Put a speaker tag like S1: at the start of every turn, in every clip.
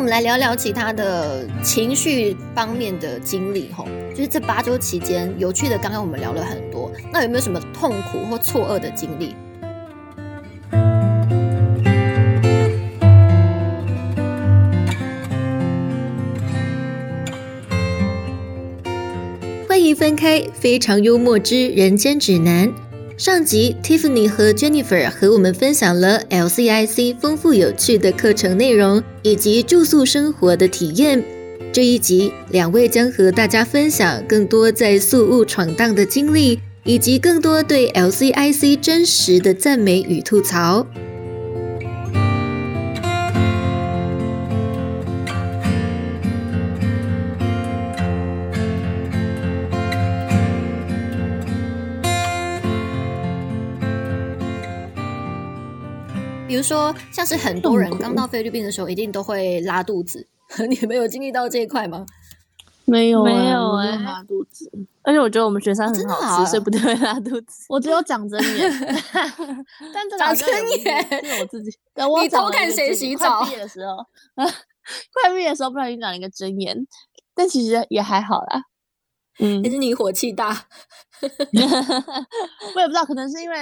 S1: 们来聊聊其他的情绪方面的经历吼，就是这八周期间有趣的，刚刚我们聊了很多，那有没有什么痛苦或错愕的经历？
S2: 欢迎翻开《非常幽默之人间指南》。上集，Tiffany 和 Jennifer 和我们分享了 LCIC 丰富有趣的课程内容以及住宿生活的体验。这一集，两位将和大家分享更多在宿务闯荡的经历，以及更多对 LCIC 真实的赞美与吐槽。
S1: 比如说，像是很多人刚到菲律宾的时候，一定都会拉肚子，你们有经历到这一块吗？
S3: 没有、欸、
S4: 没有
S3: 哎、
S4: 欸
S3: 拉肚子，
S4: 而且我觉得我们雪山很
S1: 真的
S4: 好吃，
S1: 啊
S4: 所以不太会拉肚子。
S3: 我只有长针 眼，但这个好像也不是
S1: 长 针眼
S3: 是我自 己，对我
S1: 你
S3: 长
S1: 偷
S3: 了一
S1: 看
S3: 个
S1: 谁
S3: 针
S1: 洗
S3: 眼
S1: 澡
S3: 快毕业的时候， 快毕业的时候不小心长了一个针眼，但其实也还好啦。嗯
S1: 还，是你火气大？
S3: 我也不知道，可能是因为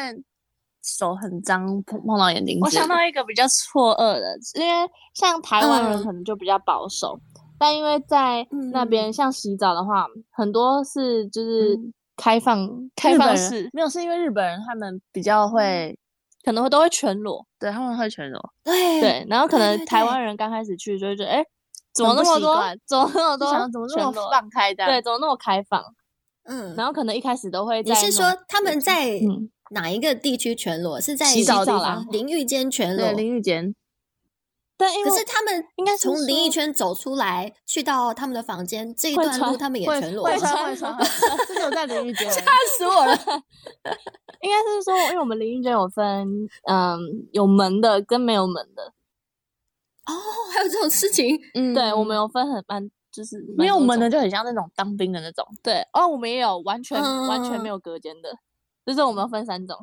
S3: 手很脏，碰碰到眼睛。
S4: 我想
S3: 到一个比较错愕的，因为像台湾人可能就比较保守，但因为在那边，像洗澡的话，很多是就是
S4: 嗯
S3: 开放、开
S4: 日
S3: 放
S4: 本人
S3: 式，没有是因为日本人他们比较会，
S4: 嗯可能会都会全裸，
S3: 对他们会全裸，
S1: 对
S3: 对，然后可
S1: 对
S3: 能
S1: 对
S3: 台
S1: 对
S3: 湾人刚开始去就会觉得，哎，怎么
S4: 很
S3: 那
S4: 不
S3: 么
S4: 习
S3: 多
S4: 惯，
S3: 怎么那么
S4: 就
S3: 多，
S4: 想怎么那么
S3: 放开的，对，怎么那么开放？
S1: 嗯，
S3: 然后可能一开始都会在
S1: 你
S3: 那种，
S1: 是说他们在
S3: 嗯
S1: 哪一个地区全裸？是在
S3: 洗澡的地
S1: 啦
S3: 方，
S1: 淋浴间全裸
S3: 对。淋浴间，但因为
S1: 可是他们
S3: 应该是
S1: 从淋浴
S3: 说
S1: 圈走出来，去到他们的房间这一
S4: 会
S1: 段路，
S4: 穿
S1: 他们也
S3: 会
S1: 全裸哦吗，
S3: 会 穿会穿，会穿这个我在淋浴 间。
S1: 死我了！
S3: 应该是说，因为我们淋浴间有分，嗯，有门的跟没有门的。
S1: 还有这种事情，
S4: 嗯
S3: 对，我们有分很蛮，就是蛮
S4: 没有
S3: 多
S4: 门的
S3: 种。
S4: 就很像那种当兵的那种，
S3: 对，哦，我们也有完全完全
S1: 嗯嗯嗯
S3: 没有隔间的，就是我们有分三种。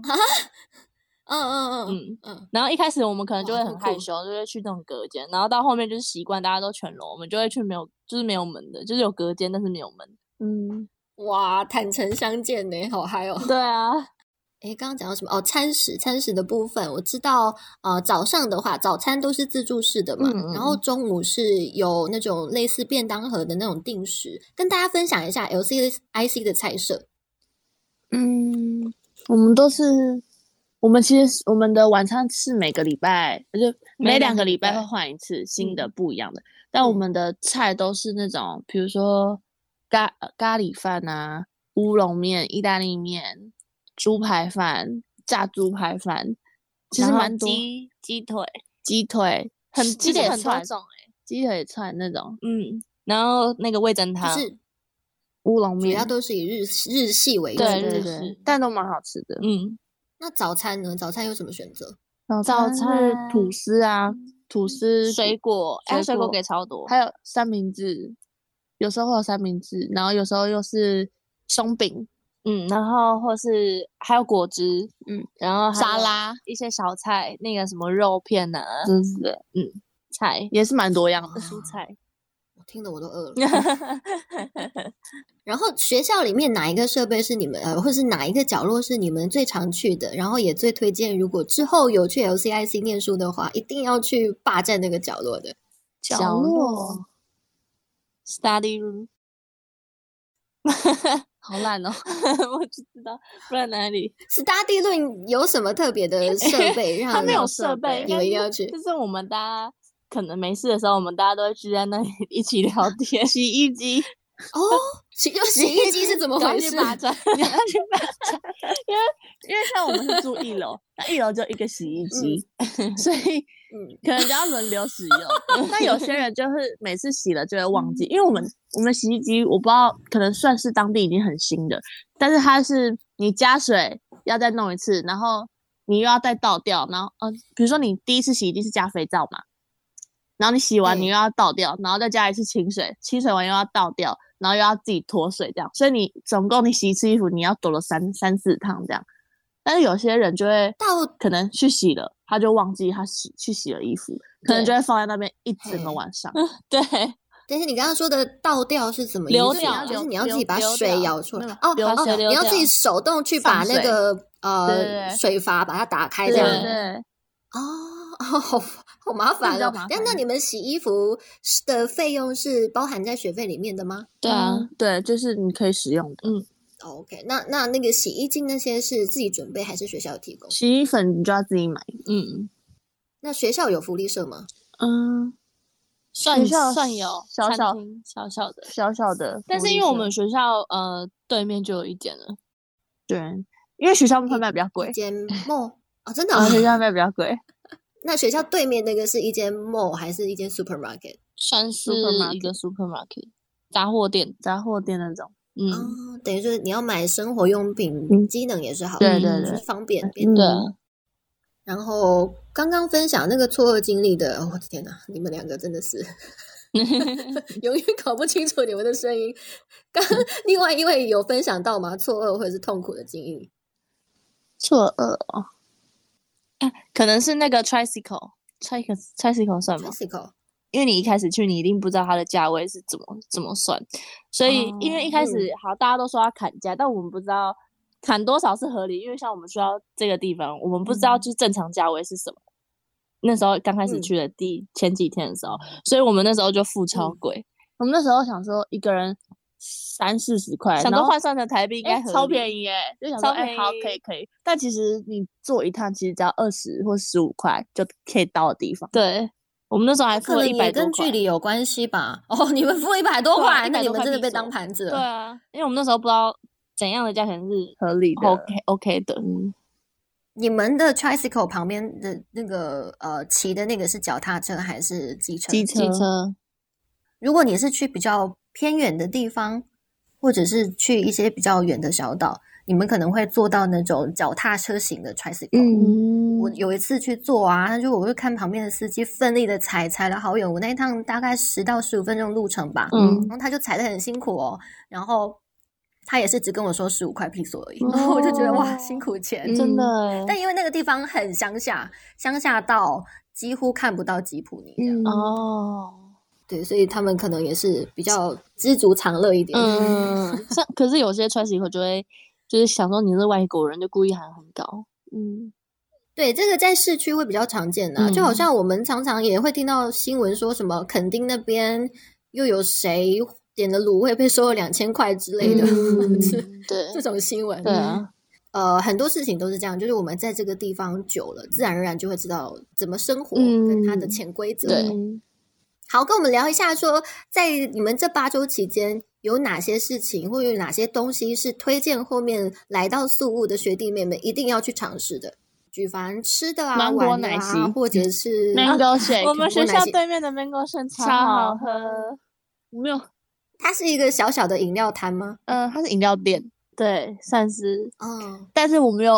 S1: 嗯嗯嗯
S3: 嗯，
S1: 嗯，
S3: 然后一开始我们可能就
S1: 哇
S3: 会
S1: 好
S3: 很害
S1: 酷
S3: 羞，就会去那种隔间，然后到后面就是习惯大家都全裸，我们就会去没有就是没有门的，就是有隔间但是没有门。嗯，
S1: 哇，坦诚相见呢，好嗨哦！
S3: 对啊，
S1: 诶，刚刚讲到什么？哦，餐食，餐食的部分，我知道，呃，早上的话，早餐都是自助式的嘛，
S3: 嗯嗯
S1: 然后中午是有那种类似便当盒的那种定时，跟大家分享一下 LCIC 的菜色。
S3: 嗯，我们都是，我们其实是我们的晚餐是每个礼拜，就
S4: 每两
S3: 每两
S4: 个
S3: 个
S4: 礼
S3: 礼拜
S4: 拜
S3: 会换一次新的
S4: 嗯
S3: 不一样的，但我们的菜都是那种，比如说咖咖喱饭啊、乌龙面、意大利面、猪排饭、炸猪排饭，其实
S4: 然后
S3: 蛮多
S4: 鸡鸡腿，
S3: 鸡腿，很
S4: 鸡
S3: 鸡
S4: 腿
S3: 腿很多
S4: 串欸
S3: 种哎、鸡腿串那种
S4: 嗯，然后那个味噌
S1: 就
S4: 汤，
S1: 是
S3: 乌龙
S1: 主
S3: 面
S1: 要，都是以日日系为主
S3: 嗯对
S1: 的。
S3: 对对，但都蛮好吃的。
S4: 嗯，
S1: 那早餐呢？早餐有什么选择？
S3: 早
S4: 早
S3: 餐是吐
S4: 餐
S3: 司啊，吐司
S4: 水果，哎，水果给超多，
S3: 还有三明治，有时候会有三明治，然后有时候又是松饼，
S4: 嗯，然后或是还有果汁，
S3: 嗯，
S4: 然后还
S3: 沙
S4: 有
S3: 拉
S4: 一些小菜，那个什么肉片啊，
S3: 真是的，
S4: 菜
S3: 也是蛮多
S1: 哦
S3: 样的。
S4: 蔬菜，
S1: 我听得我都饿了。然后学校里面哪一个设备是你们呃，或是哪一个角落是你们最常去的？然后也最推荐，如果之后有去 LCIC 念书的话，一定要去霸占那个角落的。
S3: 角落
S4: study room，
S3: 好 烂哦，
S4: 我不知道，不然哪里？
S1: Study 论有什么特别 的设备让
S3: 它没有
S1: 你
S3: 设备，应
S1: 你
S3: 该
S1: 们一定
S3: 是
S1: 要 去
S3: 就是我们大家可能没事的时候，我们大家都会聚在那里 一起聊天。洗衣机，
S1: 哦？洗又洗衣机是怎么
S3: 赶快
S1: 回
S3: 去
S1: 事？
S3: 霸占，你要去霸占，因为因为像我们是住一楼，那一楼就一个洗衣机， 所以
S1: 嗯，
S3: 可能就要轮流使用。但有些人就是每次洗了就会忘
S1: 嗯
S3: 记，因为我们我们洗衣机我不知道，可能算是当地已经很新的，但是它是你加水要再弄一次，然后你又要再倒掉，然后呃，比如说你第一次洗一定是加肥皂嘛，然后你洗完你
S1: 对
S3: 又要倒掉，然后再加一次清水，清水完又要倒掉，然后又要自己脱水这样，所以你总共你洗一次衣服你要躲了三三四趟这样。但是有些人就会
S1: 到
S3: 可能去洗了，他就忘记他洗去洗了衣服，可能
S1: 对
S3: 就会放在那边一整个晚上。
S4: 对，
S1: 但是你刚刚说的倒掉是怎么意思？
S4: 流
S1: 就是
S4: 掉
S1: 你要就是你要
S3: 流
S1: 自己把
S3: 流流
S1: 水
S3: 掉
S1: 舀出来
S3: 那个
S1: 哦
S3: 流
S1: 哦，
S4: 水流
S1: 你要
S4: 掉
S1: 自己手动去把
S3: 放
S1: 那
S3: 水
S1: 个
S3: 对对
S1: 呃
S3: 对
S1: 水阀把它打开这
S4: 对
S1: 样
S3: 对
S1: 子
S3: 对，
S1: 哦，好好麻烦
S3: 比较
S1: 哦
S3: 麻。
S1: 那那
S3: 烦
S1: 你们洗衣服是的费用是包含在学费里面的吗
S4: 对啊，
S3: 嗯对，就是你可以使用的。
S1: 哦？OK，那那那个洗衣精那些是自己准备还是学校有提供？
S3: 洗衣粉你就要自己买。
S4: 嗯，
S1: 那学校有福利社吗？
S3: 嗯，
S4: 算
S3: 学校
S4: 算有
S3: 小
S4: 餐
S3: 小
S4: 厅小小的，
S3: 小小的福利社。
S4: 但是因为我们学校呃对面就有一间了，
S3: 对，因为学校
S4: 嗯
S3: 会卖比较贵
S1: 一， 间梦啊，真的
S3: 然
S1: 哦、
S3: 后学校卖比较贵。
S1: 那学校对面那个是一间 mall 还是一间 supermarket？
S4: 算是一
S3: Supermarket
S4: 个 supermarket 杂货店，
S3: 杂货店那种，
S4: 嗯，
S1: 哦，等于是你要买生活用品，
S3: 嗯
S1: 机能也是好的，
S3: 对对
S4: 嗯
S1: 就是
S3: 对，
S1: 方便便利。
S4: 对啊
S3: 嗯
S1: 然后刚刚分享那个错愕经历的，我、的天哪，你们两个真的 是 永远搞不清楚你们的声音。刚 另外一位有分享到吗？错愕或者是痛苦的经历？
S3: 错愕哦，
S4: 可能是那个 tricycle。tricycle tricycle 算吗？
S1: tricycle
S4: 因为你一开始去，你一定不知道它的价位是怎么怎么算，所以、因为一开
S3: 哦
S4: 始、
S3: 嗯
S4: 好大家都说要砍价，但我们不知道砍多少是合理，因为像我们去到这个地方，我们不知
S3: 嗯
S4: 道就是正常价位是什么。那时候刚开始
S1: 嗯
S4: 去的第、前几天的时候，所以我们那时候就付超
S1: 嗯
S4: 贵，
S3: 我们那时候想说一个人三四十块，
S4: 想
S3: 然
S4: 说
S3: 后
S4: 换算成台币应该
S3: 哎
S4: 合理、
S3: 超
S4: 宜，
S3: 便宜耶、就想
S4: 超
S3: 说哎、好
S4: 便
S3: 可以
S4: 宜
S3: 可以，但其实你坐一趟其实只要二十或十五块就可以到的地方。
S4: 对我们那时候还付
S1: 可
S4: 了
S1: 能
S4: 一百
S1: 也
S4: 多
S1: 跟
S4: 块
S1: 距。离有关系吧。哦，你们付一百多
S4: 对啊
S1: 块，
S4: 100
S1: 那你
S4: 多
S1: 们
S4: 块
S1: 真的
S4: 币
S1: 被
S4: 左
S1: 当
S4: 右
S1: 盘子
S4: 对
S1: 了。
S4: 啊，因为我们那时候不知道怎样的价钱是
S3: 合理的
S4: OK OK 的，
S3: 嗯，
S1: 你们的 tricycle 旁边的那个呃骑的那个是脚踏车还是机车？
S3: 机车
S4: 机车
S1: 如果你是去比较偏远的地方，或者是去一些比较远的小岛，你们可能会坐到那种脚踏车型的 tricycle。
S4: 嗯
S1: 我有一次去坐啊，那就我会看旁边的司机奋力的踩，踩了好远。我那一趟大概十到十五分钟路程吧，
S4: 嗯
S1: 然后他就踩的很辛苦哦，然后他也是只跟我说十五块 piso 而已，然后我就觉得哇，
S4: 哦
S1: 辛苦钱。
S4: 真
S3: 嗯
S4: 的欸，
S1: 但因为那个地方很乡下，乡下到几乎看不到吉普尼这样。
S3: 嗯
S4: 哦，
S1: 对，所以他们可能也是比较知足常乐一点。
S4: 嗯，像可是有些 tricycle 就会就是想说你是外国人，就故意喊很高，嗯，
S1: 对，这个在市区会比较常见的啊、就好
S4: 嗯
S1: 像我们常常也会听到新闻说什么垦丁那边又有谁点的卤味被收了两千块之类的，
S3: 嗯
S1: 这
S4: 对
S1: 这种新闻。
S4: 对啊，
S1: 呃，很多事情都是这样，就是我们在这个地方久了，自然而然就会知道怎么生活跟它的
S4: 嗯
S1: 潜规则。
S4: 对
S3: 嗯
S1: 好，跟我们聊一下说，在你们这八周期间，有哪些事情或有哪些东西是推荐后面来到宿务的学弟妹们一定要去尝试的？举凡吃的啊、
S3: 芒果
S1: 玩的
S3: 奶
S1: 啊，
S3: 昔嗯
S1: 或者是哦
S3: ，mango shake，
S4: 我们
S1: 是
S4: 学
S1: 我哪
S4: 校
S1: 些
S4: 对面的 mango 盛
S3: 超
S4: 好
S3: 好喝，没有，
S1: 它是一个小小的饮料摊吗？
S3: 嗯，它是饮料店，
S4: 对，算是，
S1: 哦，
S3: 但是我没有，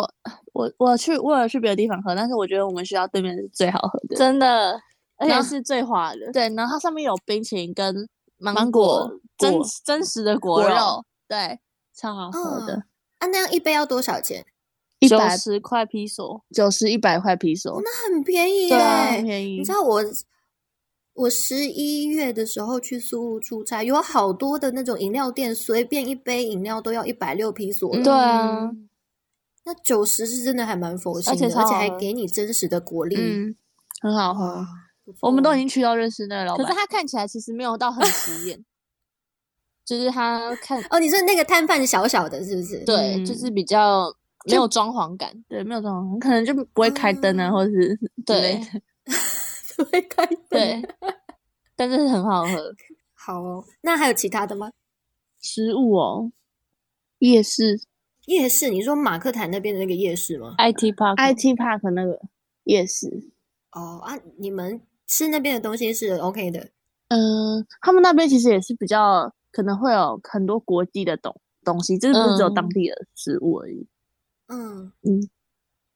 S3: 我我去我有去别的地方喝，但是我觉得我们学校对面是最好喝的，
S4: 真的，而
S3: 然
S4: 且
S3: 后
S4: 是最滑的，
S3: 对，然后它上面有冰淇淋跟
S4: 芒
S3: 果
S4: 真
S3: 果
S4: 真实的果
S3: 果
S4: 肉，
S3: 肉，对，
S4: 超好喝
S1: 嗯
S4: 的，
S1: 啊，那样一杯要多少钱？
S3: 一
S4: 九
S3: 百
S4: 十块披索，
S3: 九十一百块皮手，
S1: 很便宜耶！
S3: 啊很便宜
S1: 你知道我我十一月的时候去苏务出差，有好多的那种饮料店，随便一杯饮料都要一百六披索了。
S4: 对啊，
S3: 嗯
S1: 那九十是真的还蛮佛心
S4: 而
S1: 的，
S4: 且
S1: 而且
S4: 超好
S1: 还
S4: 喝
S1: 给你真实的果粒。
S3: 嗯，很好喝。
S1: 不错
S3: 我们都已经去到认识那个老
S4: 可
S3: 板，
S4: 是它看起来其实没有到很起眼， 就是它看
S3: 嗯
S1: 哦，你是那个摊贩小小的，是不是？
S4: 对，就是比较没有装潢感，
S3: 对没有装潢，可能就不会开灯啊，
S1: 嗯
S3: 或者是之类
S4: 对
S3: 的
S1: 对，开灯
S4: 对， 但是很好喝。
S1: 好哦。那还有其他的吗？
S3: 食物哦，夜市
S1: 夜市，你说马克坦那边的那个夜市吗？
S4: IT Park
S3: IT Park 那个夜市，
S1: 哦啊，你们吃那边的东西是 OK 的。
S3: 嗯，他们那边其实也是比较可能会有很多国际的东东西，就是不是只有当
S4: 嗯
S3: 地的食物而已。
S1: 嗯，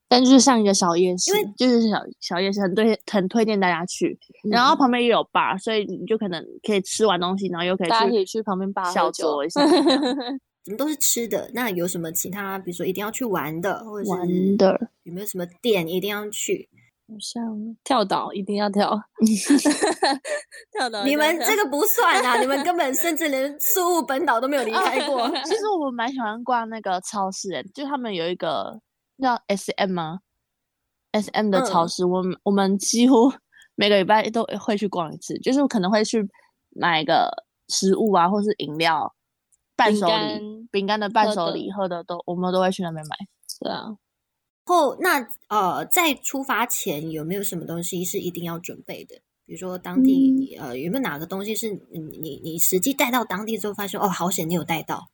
S4: 但就是像一个小夜市，
S1: 因为
S3: 就是小小夜市很推很推荐大家去，
S4: 嗯
S3: 然后旁边也有 bar，所以你就可能可以吃完东西，然后又可以
S4: 大家可
S3: 去
S4: 以去旁边吧
S3: 小
S4: 喝酒
S3: 酌一下这样。
S1: 怎么都是吃的？那有什么其他，比如说一定要去玩的，或者
S4: 玩的
S1: 有没有什么店一定要去？
S4: 好像跳岛一定要 跳，跳
S3: 呃
S4: 岛
S1: 你们这个不算 啊！你们根本甚至连苏雾本岛都没有离开过。
S3: 其实我蛮喜欢逛那个超市、欸，就他们有一个叫 S M 吗、啊、？S M 的超市，嗯、我们我们几乎 每个礼拜都会去逛一次，就是可能会去买个食物啊，或是饮料、伴手礼、饼干的伴手礼、喝的都，我们都会去那边买。
S4: 对啊。
S1: 后那呃，在出发前有没有什么东西是一定要准备的？比如说当地、嗯、呃有没有哪个东西是你你你实际带到当地之后发现哦好险你有带到，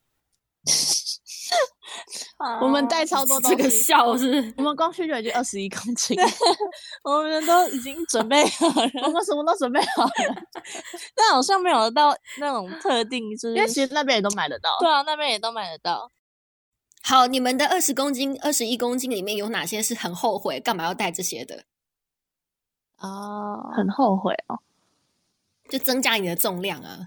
S3: 哦
S4: 我 们带超多东西，
S1: 这个笑是，
S3: 我们光去就已经二十一公斤，
S4: 我们都已经准备好了，
S3: 我们什么都准备好了，
S4: 但好像没有到那种特定，就是
S3: 因为其实那边也都买得到，
S4: 对啊，那边也都买得到。
S1: 好，你们的二十公斤、二十一公斤里面有哪些是很后悔干嘛要带这些的？
S4: 哦，oh,
S3: 很后悔哦，
S1: 就增加你的重量啊。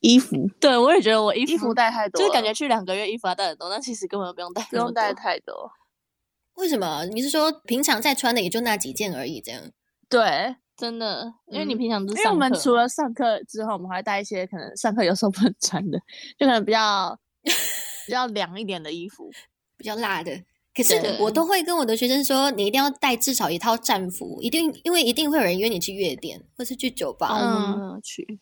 S3: 衣服，
S4: 对我也觉得我衣
S3: 服衣服带太多，
S4: 嗯就是感觉去两个月衣服要带很多，但其实根本不用带，
S3: 不用带太多。
S1: 为什么？你是说平常在穿的也就那几件而已，这样？
S4: 对。真的，因为你平常都、嗯、
S3: 因为我们除了上课之后，我们还带一些可能上课有时候不能穿的，就可能比 较。比较凉一点的衣 服，
S1: 比较辣的。可是我都会跟我的学生说，你一定要带至少一套战服，一定，因为一定会有人约你去夜店或是去酒
S3: 哦
S1: 吧。
S4: 嗯，去。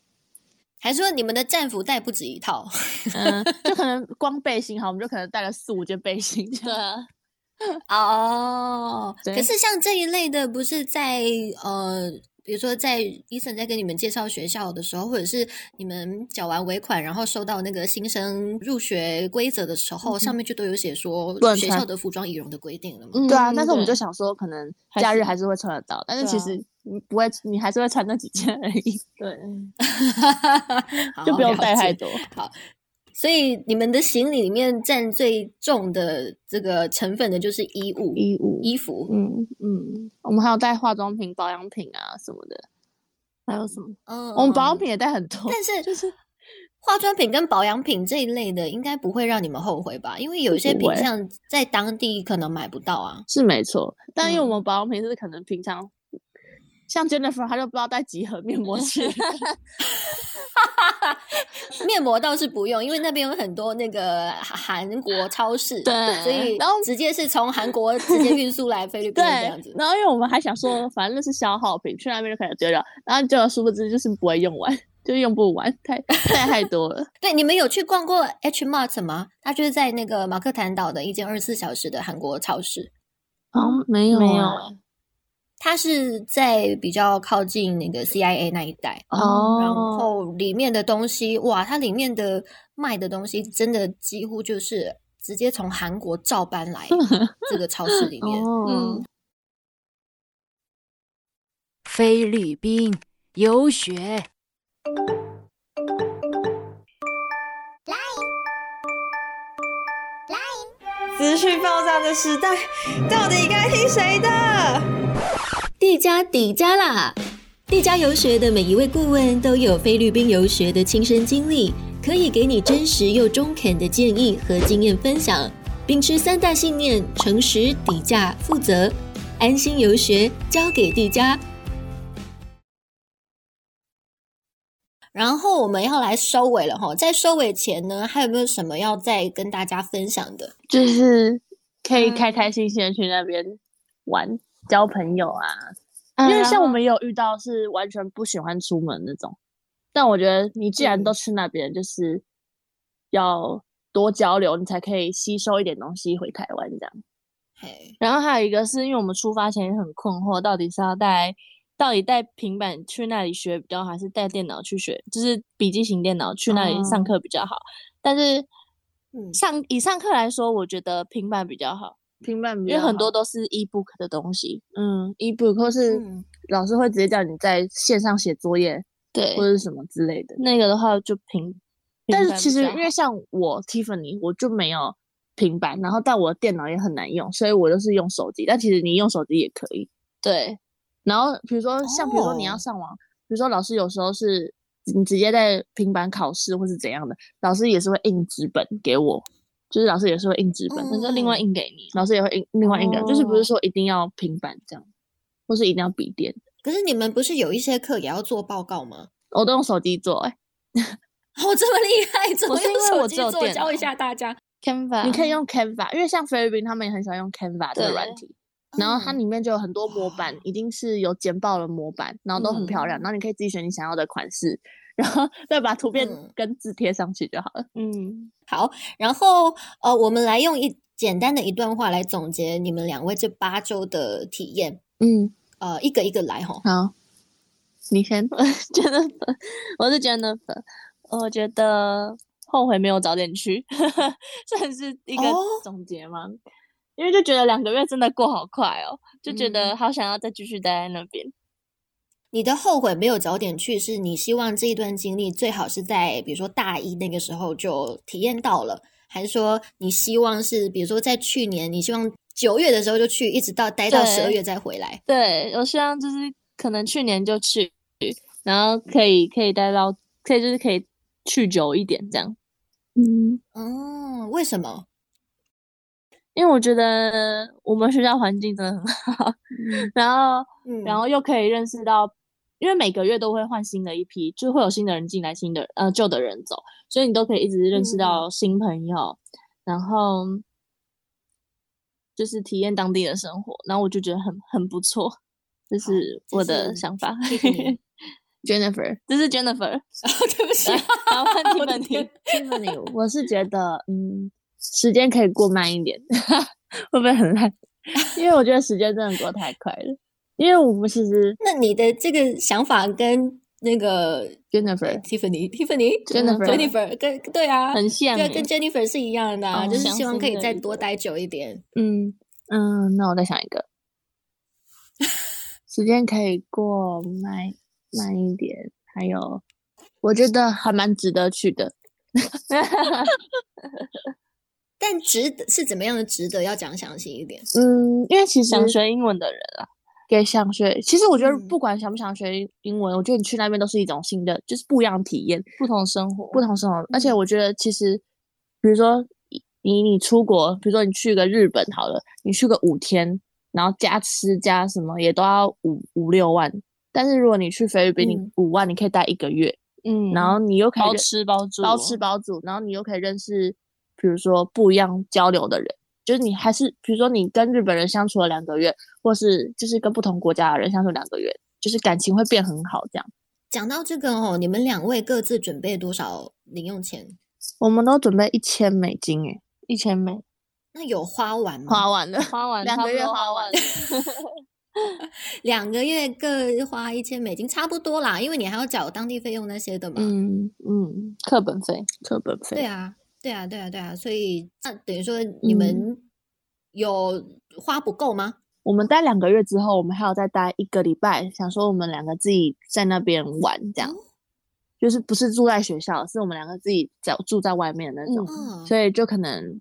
S1: 还说你们的战服带不止一套，
S3: 嗯，就可能光背心哈，我们就可能带了四五件背心。
S4: 对啊。
S1: 哦，可是像这一类的，不是在呃。比如说，在伊森在跟你们介绍学校的时候，或者是你们缴完尾款，然后收到那个新生入学规则的时候，嗯、上面就都有写说学校的服装仪容的规定了嘛。
S3: 嗯、对啊，但是我们就想说，可能假日还是会啊穿得到，但是其实你不会，你还是会穿那几件而 已。
S4: 对，
S3: 就不用带太多。
S1: 好，所以你们的行李里面占最重的这个成分的就是衣物、
S4: 衣物、
S1: 衣服。
S4: 嗯嗯，我们还有带化妆品、保养品啊什么的，还有什么？
S1: 嗯，
S3: 我们保养品也带很多，
S1: 但是
S3: 就是
S1: 化妆品跟保养品这一类的，应该不会让你们后悔吧？因为有一些品相在当地可能买不到啊。
S3: 是没错，但因为我们保养品是可能平常。像 Jennifer，他就不知道带几盒面膜 去，
S1: 面膜倒是不用，因为那边有很多那个韩国超市，
S4: 对，
S1: 所以
S4: 然后
S1: 直接是从韩国直接运输来菲律宾这样子。
S3: 然后因为我们还想说，反正那是消耗品，去那边就可以丢掉，然后结果殊不知就是不会用完， 就用不完，太带太多 了。
S1: 对，你们有去逛过 H Mart 吗？它就是在那个马克坦岛的一间二十四小时的韩国超市。
S4: 哦，没有，
S3: 没有。啊
S1: 它是在比较靠近那个 CIA 那一带
S4: 哦，
S1: 然后里面的东西哇，它里面的卖的东西真的几乎就是直接从韩国照搬来这个超市里面。
S4: 嗯，
S5: 菲律宾游学。
S6: 资讯爆炸的时代，到底该听谁的？
S2: 地加底加啦！地加游学的每一位顾问都有菲律宾游学的亲身经历，可以给你真实又中肯的建议和经验分享。秉持三大信念：诚实、底价、负责，安心游学交给地加。
S1: 然后我们要来收尾了哈，在收尾前呢，还有没有什么要再跟大家分享的？
S3: 就是可以开开心心的去那边玩。交朋友啊，因为像我
S4: 嗯
S3: 们也有遇到是完全不喜欢出门那种，但我觉得你既然都去那边，就是要多交流，你才可以吸收一点东西回台湾这样。
S4: 然后还有一个是因为我们出发前也很困惑，到底是要带到底带平板去那里学比较好，还是带电脑去学，就是笔记型电脑去那里
S3: 哦
S4: 上课比较好。嗯、但是
S2: 嗯
S4: 上以上课来说，我觉得平板比较好。
S3: 平板，因
S4: 为很多都是 ebook 的东西，
S3: 嗯，ebook 或是
S2: 嗯
S3: 老师会直接叫你在线上写作业，
S4: 对，
S3: 或者什么之类的。
S4: 那个的话就平，
S3: 但是其实因为像我 Tiffany，我就没有平板，然后但我电脑也很难用，所以我就是用手机。但其实你用手机也可以，
S4: 对。
S3: 然后比如说像比如说你要上网，比如说老师有时候是
S4: 你直接在平板考试或是怎样的，老师也是会印纸本给我，就是老师也是会印纸本，但是另外印给你，老师也会印另外印给，就是不是说一定要平板这样，或是一定要笔电，
S1: 可是你们不是有一些课也要做报告吗？
S4: 我都用手机做、欸，
S1: 哦，这么厉害，怎
S3: 我
S1: 么
S3: 是因
S1: 用
S3: 为
S1: 手
S3: 我
S1: 机
S3: 只有
S1: 做？
S3: 电
S1: 教一
S3: 脑
S1: 下大家。
S3: Canva，
S4: 你可以用 Canva，因为像菲律宾他们也很喜欢用 Canva 这个软
S3: 对
S4: 体，然后它
S1: 嗯
S4: 里面就有很多模板，已经是有剪报的模板，然后都很漂亮，然后你可以自己选你想要的款式，然后再把图片
S1: 嗯
S4: 跟字贴上去就好了。
S3: 嗯，
S1: 然后呃，我们来用一简单的一段话来总结你们两位这八周的体验。
S4: 嗯，
S1: 呃，一个一个来哈。
S4: 好，你先，
S3: 觉得我是觉得我觉得后悔没有早点去， 算是一个
S1: 哦
S3: 总结吗？因为就觉得两个月真的过好快哦，就觉得好想要再继续待在那边。
S1: 你的后悔没有早点去，是你希望这一段经历最好是在比如说大一那个时候就体验到了，还是说你希望是比如说在去年，你希望九月的时候就去，一直到待到
S3: 对
S1: 十二月再回来？
S3: 对，我希望就是可能去年就去，然后可以可以待到，可以就是可以去久一点这样。嗯，
S1: 哦，为什么？
S3: 因为我觉得我们学校环境真的很好，然后
S1: 嗯，
S3: 然后又可以认识到，因为每个月都会换新的一批，就会有新的人进来，新的呃旧的人走，所以你都可以一直认
S1: 嗯
S3: 识到新朋友，然后就是体验当地的生活，然后我就觉得很很不错，这是
S1: 这
S3: 我
S1: 是
S3: 的想法。
S1: Tiffany
S3: Jennifer，这 是 Jennifer，
S1: 对不
S3: 呃
S1: 起，
S3: 然后换
S1: 我的
S3: Tiffany。Tiffany，我是觉得，嗯，时间可以过慢一点， 会不会很烂？ 因为我觉得时间真的过太快了。因为我们其实
S1: 那你的这个想法跟那个
S3: Jennifer
S1: Tiffany Tiffany
S3: Jennifer
S1: Jennifer 跟对啊，
S3: 很像
S1: 对
S3: 欸，
S1: 啊，跟 Jennifer 是一样的、啊，
S3: 哦
S1: 就是
S3: 相
S1: 希望
S3: 似
S1: 可以
S3: 的
S1: 再
S3: 一
S1: 多
S3: 个
S1: 待久一点。
S3: 嗯嗯，那我再想一个，时间可以过慢慢一点，还有我觉得还蛮值得去的。
S1: 但值得是怎么样的值得？要讲详细一点。
S3: 嗯，因为其实
S4: 想
S3: 学英文的人啊，给想学，其实我觉得
S1: 嗯
S3: 不管想不想学英文，我觉得你去那边都是一种新的，就是不一样的体验，不同生活，嗯不同生活。而且我觉得其实，比如说以以你出国，比如说你去个日本好了，你去个五天，然后加吃加什么也都要五五六万，但是如果你去菲律宾，你五万你可以待一个月，
S4: 嗯
S3: 然后你又可以
S4: 包
S3: 认
S4: 吃包住哦
S3: 嗯包吃包住，然后你又可以认识，比如说不一样交流的人，就是你还是比如说你跟日本人相处了两个月，或是就是跟不同国家的人相处两个月，就是感情会变很好这样。
S1: 讲到这个哦，你们两位各自准备多少零用钱？
S3: 我们都准备一千美金诶，一千美
S1: 那有花完吗？
S3: 花完了，
S4: 花完
S3: 两
S4: 差
S3: 个
S4: 不
S3: 月
S4: 多
S3: 花完了。
S1: 两个月各花一千美金，差不多啦，因为你还要缴当地费用那些的嘛。
S3: 嗯 嗯，课本费，课本费。
S1: 对啊，对啊，对啊，对啊，所以那等于说
S3: 嗯
S1: 你们有花不够吗？
S3: 我们待两个月之后，我们还要再待一个礼拜，想说我们两个自己在那边玩，这样，就是不是住在学校，是我们两个自己在住在外面的那种，
S1: 嗯
S3: 所以就可能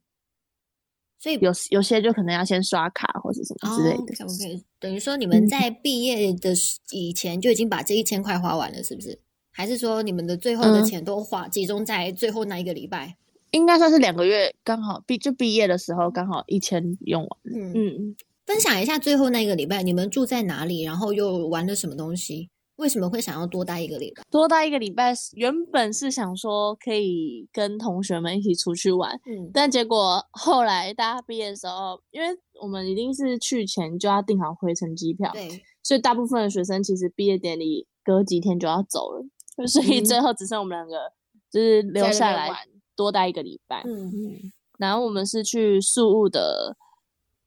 S1: 所以
S3: 有有些就可能要先刷卡或者什么之类的。嗯
S1: o k OK，等于说你们在毕业的时以前就已经把这一千块花完了，是不是？还是说你们的最后的
S3: 嗯
S1: 钱都花、集中在最后那一个礼拜？
S3: 应该算是两个月刚好毕就毕业的时候刚好一千用完。
S1: 嗯，
S3: 嗯，
S1: 分享一下最后那个礼拜你们住在哪里，然后又玩了什么东西？为什么会想要多待一个礼拜？
S3: 多待一个礼拜，原本是想说可以跟同学们一起出去玩，
S1: 嗯，
S3: 但结果后来大家毕业的时候，因为我们一定是去前就要订好回程机票，
S1: 对，
S3: 所以大部分的学生其实毕业典礼隔几天就要走了，所以最后只剩我们两个就是留
S4: 在那
S3: 下
S4: 边
S3: 来
S4: 玩
S3: 多待一个礼拜。
S1: 嗯
S3: 然后我们是去宿务的，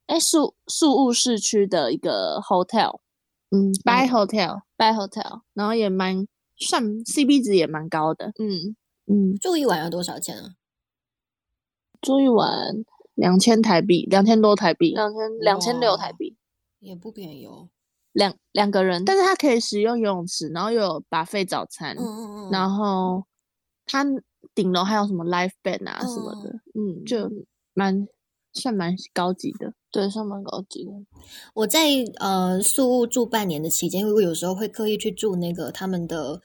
S3: 哎，宿宿务市区的一个 hotel，嗯，by hotel，by hotel，然后也蛮算 CP 值也蛮高的，嗯嗯，
S1: 住一晚要多少钱啊？
S3: 住一晚两千台币，两千多台币，
S4: 两千
S3: 两千六台
S1: 哇
S3: 币，
S1: 也不便宜哦。
S3: 两两个人，但是他可以使用游泳池，然后又有 buffet 早餐，
S1: 嗯嗯嗯，
S3: 然后他顶楼还有什么 live band 啊什么的，嗯，就蛮算蛮高级的，
S4: 对，算蛮高级的。
S1: 我在呃宿务住半年的期间，我有时候会刻意去住那个他们的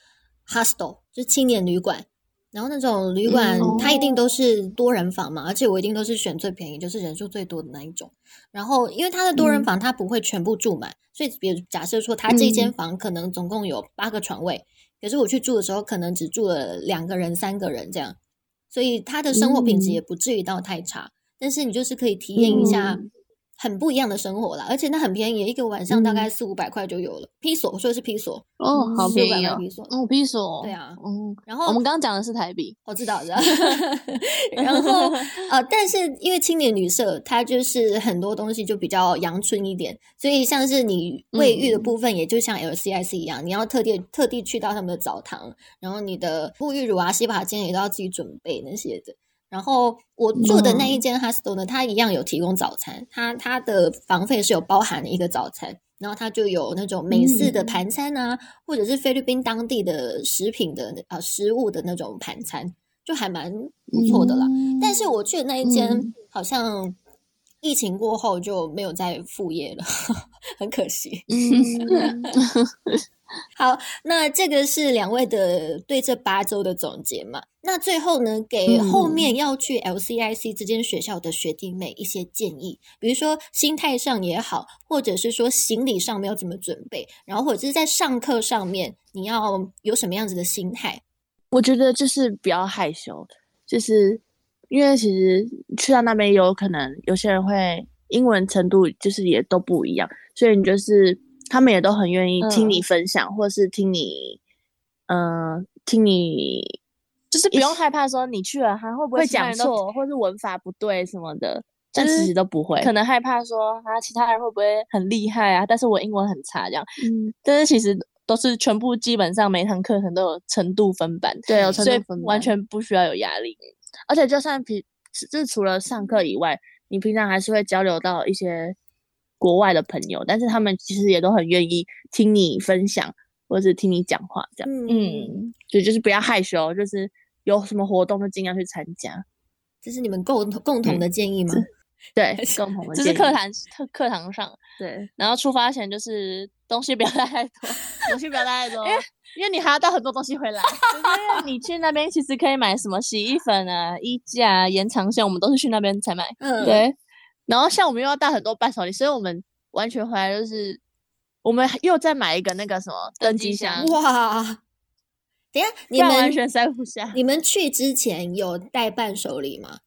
S1: hostel，就青年旅馆。然后那种旅馆，它一定都是多人房嘛，而且我一定都是选最便宜，就是人数最多的那一种。然后，因为它的多人房，它不会全部住满，所以比如假设说，它这间房可能总共有八个床位，可是我去住的时候，可能只住了两个人、三个人这样，所以他的生活品质也不至于到太差。但是你就是可以体验一下
S4: 嗯
S1: 很不一样的生活啦，而且那很便宜，一个晚上大概四五百块就有了。披索，我说的是披索，
S4: 嗯哦，好
S1: 四五
S4: 便
S1: 百
S4: 宜
S1: 块
S4: 哦
S1: 披，索，
S4: 哦，比索，
S1: 对，啊。
S4: 嗯，
S1: 然后
S4: 我们刚刚讲的是台币，
S1: 我知 道，知道。 然后呃，但是因为青年旅社，它就是很多东西就比较阳春一点，所以像是你卫浴的部分，也就像 LCIC 一样，你要特地特地去到他们的澡堂，然后你的沐浴乳啊、洗发精也都要自己准备那些的。然后我住的那一间 hostel 呢，它一样有提供早餐，它它的房费是有包含一个早餐，然后它就有那种美式的盘餐啊，或者是菲律宾当地的食品的啊、呃食物的那种盘餐，就还蛮不错的啦。
S4: 嗯
S1: 但是我去的那一间、好像疫情过后就没有再副业了， 很可惜。
S4: 嗯
S1: 好，那这个是两位的对这八周的总结嘛？那最后呢，给后面要去 LCIC 这间学校的学弟妹一些建议，比如说心态上也好，或者是说行李上没有怎么准备，然后或者是在上课上面你要有什么样子的心态？
S3: 我觉得就是不要害羞，就是因为其实去到那边有可能有些人会英文程度就是也都不一样，所以你就是他们也都很愿意听
S4: 嗯
S3: 你分享，或是听你，呃，听你
S4: 就是不用害怕说你去了他会不
S3: 会
S4: 会其他
S3: 讲
S4: 人都
S3: 错，或是文法不对什么的，但
S4: 就
S3: 其
S4: 是
S3: 实都不会。
S4: 可能害怕说啊，其他人会不会很厉害啊？但是我英文很差这样。
S3: 嗯，
S4: 但是其实都是全部基本上每一堂课程都有程度分班，
S3: 对有程
S4: 所以
S3: 度分
S4: 完
S3: 班
S4: 全不需要有压力。
S3: 而且就算平就是除了上课以外，你平常还是会交流到一些国外的朋友，但是他们其实也都很愿意听你分享或者听你讲话这样，
S4: 嗯，
S3: 所以就是不要害羞，哦就是有什么活动就尽量去参加。
S1: 这是你们共同共同的建议吗？
S3: 对，共同的
S4: 这是
S3: 建
S4: 课
S3: 议
S4: 堂课课堂上，
S3: 对，
S4: 然后出发前就是东西不要带太多，
S3: 我去表达太多
S4: 因为你还要带很多东西 回来。就是你去那边其实可以买什么洗衣粉啊、衣架、啊、延长线，我们都是去那边才买。
S1: 嗯，
S4: 对，然后像我们又要带很多伴手礼，所以我们完全回来就是，我们又再买一个那个什么登
S3: 机
S4: 机
S3: 箱
S4: 箱，
S1: 哇！等一下，
S4: 不
S1: 你
S4: 然完
S1: 们
S4: 全塞不下。
S1: 你们去之前有带伴手礼吗？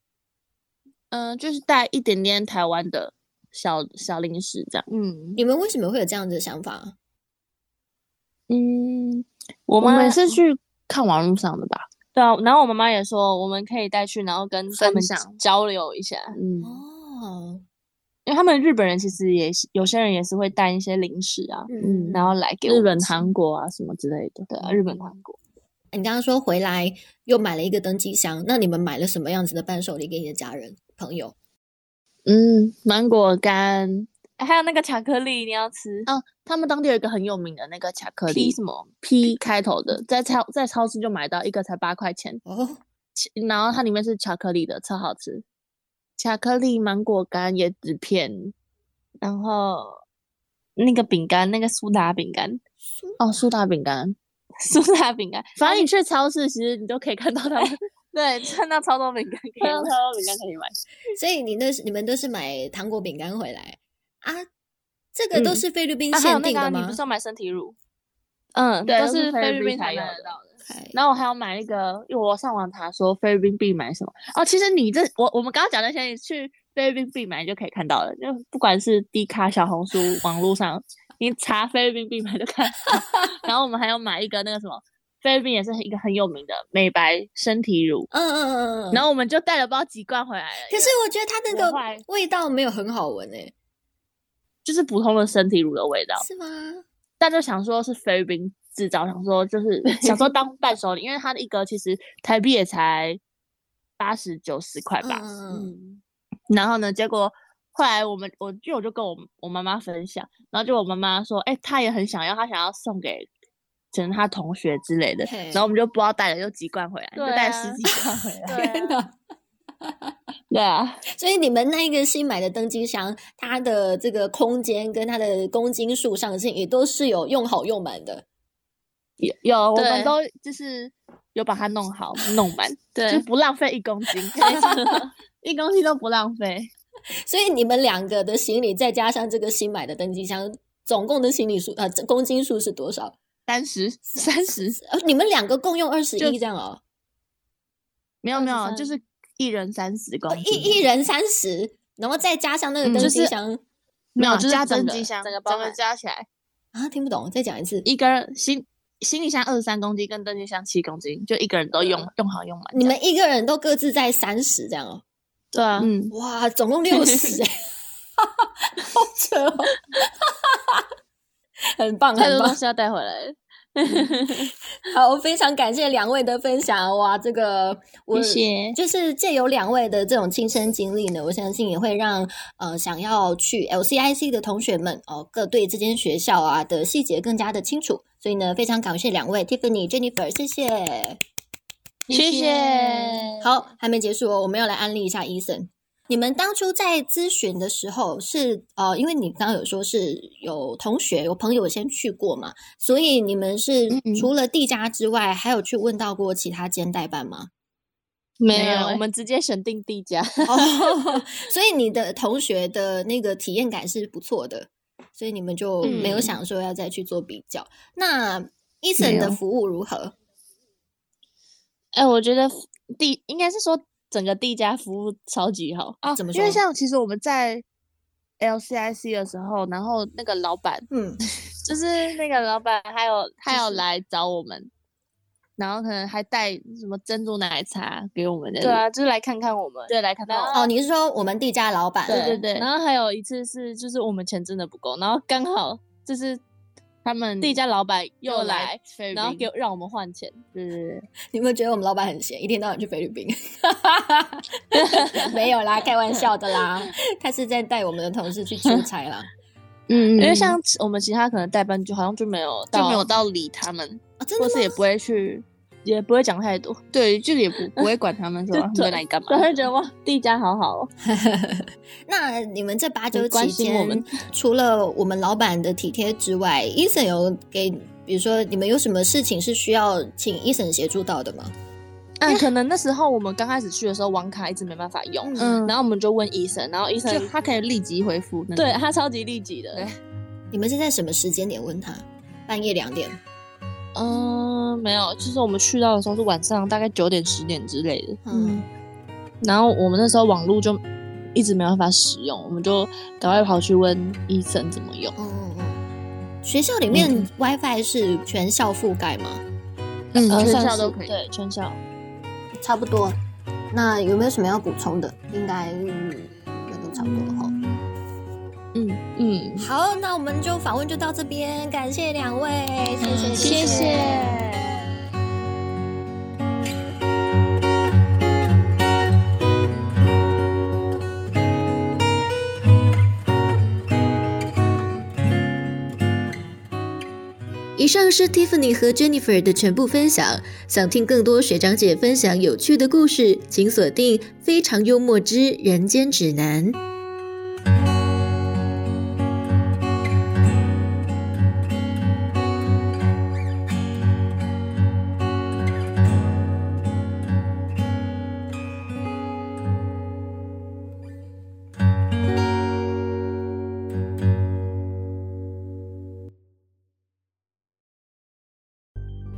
S3: 嗯、就是带一点点台湾的小小零食这样。
S4: 嗯
S1: 你们为什么会有这样子的想法啊？
S4: 嗯，
S3: 我
S4: 我
S3: 们
S4: 们
S3: 是去看网络上的吧？
S4: 对啊，然后我妈妈也说我们可以带去，然后跟他
S3: 分
S4: 们
S3: 享
S4: 交流一下，
S3: 嗯，
S1: 哦，
S4: 因为他们日本人其实也是有些人也是会带一些零食啊，
S1: 嗯，
S4: 然后来给我
S3: 日
S4: 们
S3: 本、
S4: 吃
S3: 韩国啊什么之类的。
S4: 对啊，日本、韩国。
S1: 你刚刚说回来又买了一个登机箱，那你们买了什么样子的伴手礼给你的家人朋友？
S3: 嗯，芒果干，
S4: 哎还有那个巧克力，你要吃
S3: 哦，他们当地有一个很有名的那个巧克
S4: 披
S3: 力
S4: 什么？
S3: P 开头的，在超在超市就买到一个才八块钱，
S1: 哦，
S3: 其然后它里面是巧克力的，超好吃。巧克力芒果干椰子片，
S4: 然后那个饼干，那个苏打饼干，
S3: 哦，苏打饼干，
S4: 苏打饼干，
S3: 反正你去超市，其实你都可以看到它们，
S4: 对，看到超多饼干可以
S3: 看到
S4: 买
S3: 它们饼干可以买。
S1: 所以你那是你们都是买糖果饼干回来啊？这个都
S3: 嗯
S1: 是菲律宾
S4: 啊，还有
S1: 限
S4: 那
S1: 定
S4: 个啊、
S1: 的
S4: 你
S1: 吗
S4: 不？是要买身体乳？嗯，
S3: 对
S4: 都
S3: 都是
S4: 是
S3: 菲
S4: 菲
S3: 律
S4: 律
S3: 宾
S4: 宾
S3: 才
S4: 才
S3: 有
S4: 买
S3: 的
S4: 得到的。
S1: 嗨
S3: 然后我还要买那个，因为我上网查说菲律宾必买什么哦。其实你这我我们刚刚讲那些，你去菲律宾必买就可以看到了，就不管是低卡、小红书、网络上，你查菲律宾必买就看得到。 然后我们还要买一个那个什么，菲律宾也是一个很有名的美白身体乳，
S1: 嗯嗯嗯嗯嗯。
S3: 然后我们就带了包几罐回来了，
S1: 可是我觉得它那
S3: 我后来
S1: 个味道没有很好闻诶、
S3: 就是普通的身体乳的味道。
S1: 是吗？
S3: 但就想说是菲律宾制造，想说就是想说当伴手礼，因为它的一个其实台币也才八十九十块吧。
S1: 嗯，
S3: 然后呢，结果后来我们我就我就跟我我妈妈分享，然后就我妈妈说，哎、她也很想要，她想要送给。可能她同学之类的，然
S1: 嘿
S3: 后我们就不知道带了有几罐回来，就
S4: 对
S3: 带了
S4: 啊
S3: 十几罐回来。
S4: 对啊，
S1: 哪！
S3: 对啊，
S1: 所以你们那一个新买的登机箱，它的这个空间跟它的公斤数上限也都是有用好用满的。
S3: 有有，我
S4: 对
S3: 们都就是有把它弄好弄满，对，就不浪费一公斤， 一公斤都不浪费。
S1: 所以你们两个的行李再加上这个新买的登机箱，总共的行李数呃公斤数是多少？
S3: 三十，三十，
S1: 呃，你们两个共用二十一这样哦？
S3: 没有没有，就是一人三十公斤，
S1: 哦一一人三十，然后再加上那
S3: 嗯
S1: 个登机箱，
S3: 没有，
S4: 就是
S3: 加
S4: 整
S3: 登
S4: 个
S3: 机箱，
S4: 整
S3: 整
S4: 个
S3: 个
S4: 包满
S3: 加起来，
S1: 啊，听不懂，再讲一次。
S3: 一个人行行李箱二十三公斤，跟登机箱七公斤，就一个人都用用好用满这样。
S1: 你们一个人都各自在三十这样哦？
S3: 对啊，嗯，
S1: 哇，总共六 十，好扯哦！ 很棒，
S3: 太
S1: 很
S3: 多
S1: 棒
S3: 东。西要带回来。
S1: 好，非常感谢两位的分享哇！这个我
S3: 谢谢
S1: 就是借由两位的这种亲身经历呢，我相信也会让呃想要去 LCIC 的同学们哦，各对这间学校啊的细节更加的清楚。所以呢，非常感谢两位 Tiffany、Jennifer，谢谢。
S3: 谢谢。
S1: 好，还没结束哦，我们要来安利一下 Eason。你们当初在咨询的时候是呃，因为你刚刚有说是有同学有朋友先去过嘛，所以你们是
S3: 嗯
S1: 除了地家之外，还有去问到过其他间代办 吗？
S3: 没有，
S4: 有欸
S3: 我们直接选定地家。
S1: 哦，所以你的同学的那个体验感是不错的，所以你们就没有
S3: 嗯
S1: 想说要再去做比较。那 Eason 的
S3: 有
S1: 服务如何？
S3: 哎、我觉得地应该是说整个地家服务超级好啊
S1: 怎么
S3: 因为
S1: 说
S3: 像其实我们在 LCIC 的时候，然后那个老板
S1: 嗯，
S3: 就是那个老板还有他有来找我们，然后可能还带什么珍珠奶茶给我们的，
S4: 对啊，
S3: 就是来看看我们，对，来看看我们。
S1: 哦，你是说我们地家老板？
S3: 对对对，然后还有一次是，就是我们钱真的不够，然后刚好就是他们地家老板又来，，然后给让我们换钱，对对对，
S1: 你有没有觉得我们老板很闲，一天到晚去菲律宾？ 没有啦，开玩笑的啦，他是在带我们的同事去出差 啦。
S3: 嗯因
S4: 嗯
S3: 为
S4: 嗯
S3: 像我们其他可能代班就好像就没有
S4: 就
S3: 到，
S4: 没有到理他们，
S1: 啊，真
S3: 或
S1: 的
S3: 是
S1: 吗？
S3: 也不会去，也不会讲太多，
S4: 对，就也不不会管他们说他
S3: 就
S4: 们来干嘛
S3: 对，，就觉得 哇，地家好好哦，
S1: 那你们这八九
S3: 很关
S1: 期
S3: 心
S1: 间，
S3: 我们
S1: 除了我们老板的体贴之外，医生有给，比如说你们有什么事情是需要请医生协助到的吗？
S3: 嗯，可能那时候我们刚开始去的时候，网卡一直没办法用，
S4: 嗯，
S3: 然后我们就问医生，然后医生
S4: 就他可以立即回复那种，
S3: 对他超级利己的，
S1: 你们是在什么时间点问他？半夜两点？
S3: 嗯，没有，就是我们去到的时候是晚上大概九点十点之类的，
S1: 嗯，
S3: 然后我们那时候网络就一直没办法使用，我们就赶快跑去问医生怎么用
S1: 哦。哦哦，学校里
S3: 嗯
S1: 面 WiFi 是全校覆盖吗？
S4: 嗯，
S3: 呃
S4: 全
S3: 算
S4: 校
S3: 是
S4: 都可以。
S3: 对，全校。
S1: 差不多。那有没有什么要补充的？应该嗯，都差不多了哈。
S3: 嗯嗯，
S1: 好，那我们就访问就到这边，感谢两位，谢谢，
S3: 谢谢。
S7: 以上是 Tiffany 和 Jennifer 的全部分享。想听更多学长姐分享有趣的故事，请锁定《非常幽默之人间指南》。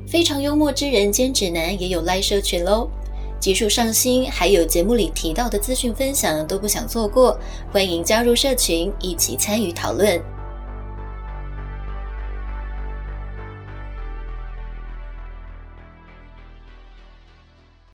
S7: 非常幽默之人间指南也有 live 社群喽，集数上新，还有节目里提到的资讯分享都不想错过，欢迎加入社群一起参与讨论。